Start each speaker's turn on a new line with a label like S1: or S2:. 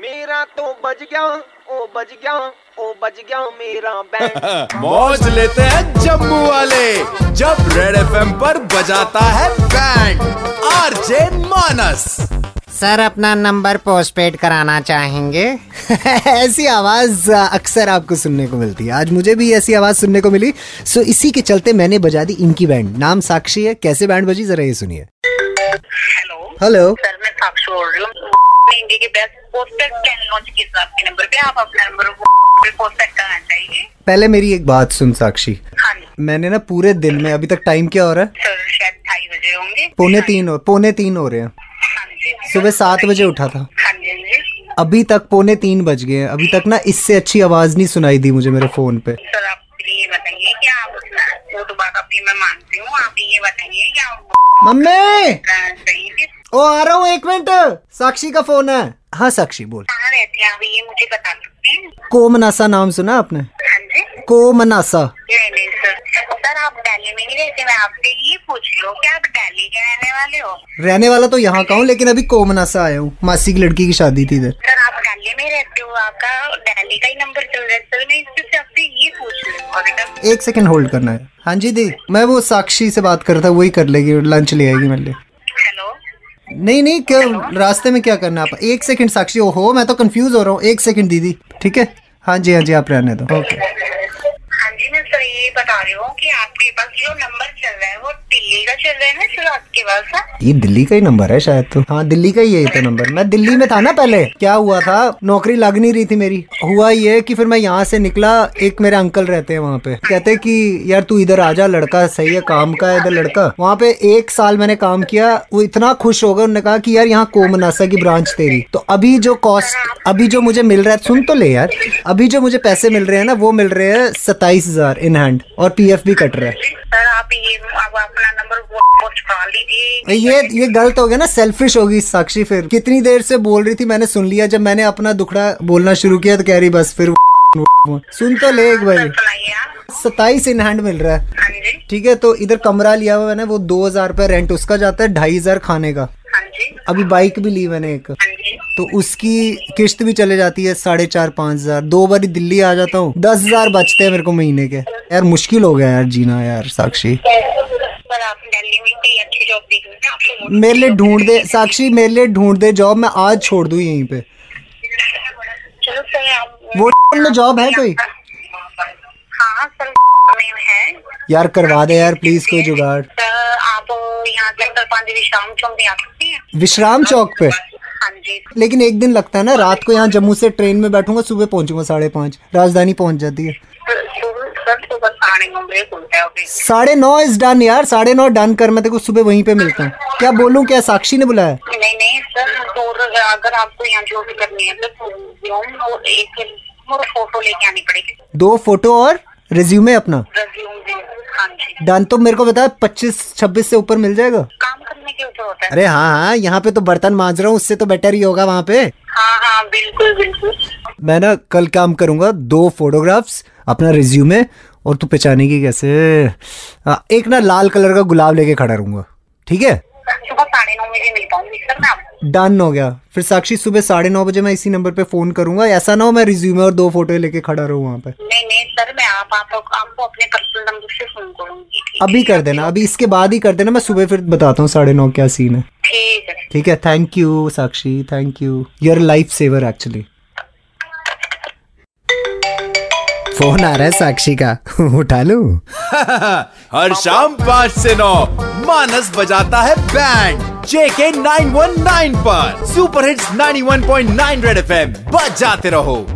S1: मेरा तो बज गया ओ बज गया ओ बज गया मेरा बैंड
S2: मौज लेते हैं जम्मू वाले जब रेड एफएम पर बजाता है बैंड आरजे मानस
S3: सर अपना नंबर पोस्टपेड कराना चाहेंगे
S4: ऐसी आवाज आ, अक्सर आपको सुनने को मिलती है आज मुझे भी ऐसी आवाज सुनने को मिली सो इसी के चलते मैंने बजा दी इनकी बैंड नाम साक्षी है कैसे बैंड बजी जरा ये सुनिए
S5: हेलो
S4: हेलो
S5: सर मैं साक्षी बोल रही हूँ ने इंडिया के बेस्ट पोस्टर कैन लॉन्च किया था आपके नंबर पे आप अपना नंबर पे पोस्टर करना चाहिए
S4: पहले मेरी एक बात सुन साक्षी
S5: हाँ जी
S4: मैंने ना पूरे दिन में अभी तक टाइम क्या हो रहा है
S5: सर शायद ढाई बजे होंगे
S4: पौने तीन हो पौने तीन हो रहे हैं
S5: हाँ जी
S4: सुबह सात बजे उठा था
S5: हाँ जी हाँ जी
S4: अभी तक पौने तीन बज गए हैं अभी तक ना इससे अच्छी आवाज नहीं सुनाई दी मुझे मेरे फोन पे
S5: सर आप ये बताइए कि आप उसका वो तो बात आपकी मैं मानती हूँ आप ये बताइए कि आप
S4: मम्मी
S5: करना चाहिए
S4: ओ आ रहा हूँ एक मिनट साक्षी का फोन है हाँ साक्षी बोल
S5: कहाँ रहते हैं आप ये मुझे बता सकते हैं
S4: कोमनासा नाम सुना आपने
S5: हाँ जी
S4: कोमनासा
S5: नहीं नहीं सर सर आप दिल्ली में नहीं रहते मैं आपसे ये पूछ रही हूँ कि आप दिल्ली के रहने वाले हो
S4: रहने वाला तो यहाँ का हूँ लेकिन अभी कोमनासा आया हूँ मासी की लड़की की शादी थी इधर
S5: सर आप दिल्ली में रहते हो आपका दिल्ली का ही नंबर चल रहा है सर मैं इससे से आपसे ये पूछ रही हूँ और एकदम
S4: एक सेकंड होल्ड करना है हाँ जी दी मैं वो साक्षी से बात कर रहा था वही कर लेगी लंच ले आएगी मेरे लिए
S5: हेलो
S4: नहीं नहीं क्या रास्ते में क्या करना है आप एक सेकंड साक्षी ओहो मैं तो कंफ्यूज हो रहा हूँ एक सेकंड दीदी ठीक है हाँ जी हाँ जी आप रहने दो ओके
S5: हाँ जी मैं सर ये बता रही हूँ कि आपके पास जो नंबर चल रहा है वो दिल्ली का चल रहा है ना सर आपके पास हाँ?
S4: ये दिल्ली का ही नंबर है शायद तो हाँ दिल्ली का ही है ये तो नंबर मैं दिल्ली में था ना पहले क्या हुआ था नौकरी लग नहीं रही थी मेरी हुआ ये कि फिर मैं यहाँ से निकला एक मेरे अंकल रहते हैं वहाँ पे कहते कि यार तू इधर आ जा लड़का सही है काम का है इधर लड़का वहाँ पे एक साल मैंने काम किया वो इतना खुश हो गए उन्होंने कहा कि यार यहाँ कोमनासा की ब्रांच तेरी तो अभी जो कॉस्ट अभी जो मुझे मिल रहा है सुन तो ले यार अभी जो मुझे पैसे मिल रहे हैं ना वो मिल रहे हैं सत्ताईस हजार इन हैंड और पी भी कट रहा है
S5: जी, सर आप ये अब अपना नंबर वो पोस्ट करा लीजिए
S4: ये ये गलत हो गया ना सेल्फिश होगी साक्षी फिर कितनी देर से बोल रही थी मैंने सुन लिया जब मैंने अपना दुखड़ा बोलना शुरू किया तो कह रही बस फिर वो- सुन तो ले एक बार
S5: सुनाइए आप
S4: सताइस इन हैंड मिल रहा है
S5: हाँ जी
S4: ठीक है तो इधर कमरा लिया हुआ है मैंने वो दो हजार रुपये रेंट उसका जाता है ढाई हजार खाने का
S5: हाँ जी
S4: अभी बाइक भी ली मैंने एक
S5: हाँ जी
S4: तो उसकी किश्त भी चले जाती है साढ़े चार पाँच हजार दो बारी दिल्ली आ जाता हूँ दस हजार बचते हैं मेरे को महीने के यार मुश्किल हो गया यार जीना यार साक्षी
S5: सर आप दिल्ली में कोई अच्छी जॉब देख रहे हैं आपको वो-
S4: मेरे लिए ढूंढ दे साक्षी मेरे लिए ढूंढ दे जॉब मैं आज छोड़ दूं यहीं पे
S5: चलो सर आप
S4: वो में जॉब है कोई
S5: हाँ सर में है
S4: यार करवा दे यार प्लीज कोई जुगाड़
S5: तो आप यहाँ जंगल पांच विश्राम चौक भी आ सकती हैं
S4: विश्राम चौक पे
S5: हाँ जी
S4: लेकिन एक दिन लगता है ना रात को यहाँ जम्मू से ट्रेन में बैठूंगा सुबह पहुंचूंगा साढ़े पाँच राजधानी पहुंच जाती है
S5: सर सर- सर तो सुबह साढ़े नौ बजे खुलता है ऑफिस
S4: साढ़े नौ इज डन यार साढ़े नौ डन कर मैं तेको सुबह वहीं पे मिलता हूँ क्या बोलूँ क्या साक्षी ने बुलाया
S5: नहीं नहीं सर और अगर आपको यहाँ जो भी करनी है तो रिज्यूम और एक और फोटो लेके आनी पड़ेगी
S4: दो फोटो और रिज्यूमे अपना
S5: रिज्यूम भी हाँ जी
S4: डन तो मेरे को बता पच्चीस छब्बीस से ऊपर मिल जाएगा
S5: काम करने के ऊपर होता है
S4: अरे हाँ हाँ यहाँ पे तो बर्तन मांज रहा हूँ उससे तो बेटर ही होगा वहाँ पे
S5: हाँ हाँ बिल्कुल बिल्कुल
S4: मैं ना कल काम करूंगा दो फोटोग्राफ्स अपना रिज्यूमे और तू पहचानेगी कैसे आ, एक ना लाल कलर का गुलाब लेके खड़ा रहूंगा ठीक है
S5: सुबह साढ़े नौ बजे मिल पाऊंगी सर मैं आपको
S4: डन हो गया फिर साक्षी सुबह साढ़े नौ बजे मैं इसी नंबर पे फोन करूंगा ऐसा ना हो मैं रिज्यूमे और दो फोटो लेके खड़ा रहूं वहाँ पे
S5: नहीं नहीं सर मैं आप आपको आपको अपने पर्सनल नंबर से फोन करूंगी ठीक है?
S4: अभी कर देना अभी इसके बाद ही कर देना मैं सुबह फिर बताता हूँ साढ़े नौ क्या सीन है
S5: ठीक है
S4: ठीक है thank you Sakshi thank you your life saver actually phone आ रहा है साक्षी का उठा लूं
S2: हर शाम पाँच से नौ मानस बजाता है band JK nine one nine पर super hits 91.9 one point nine red F M बजाते रहो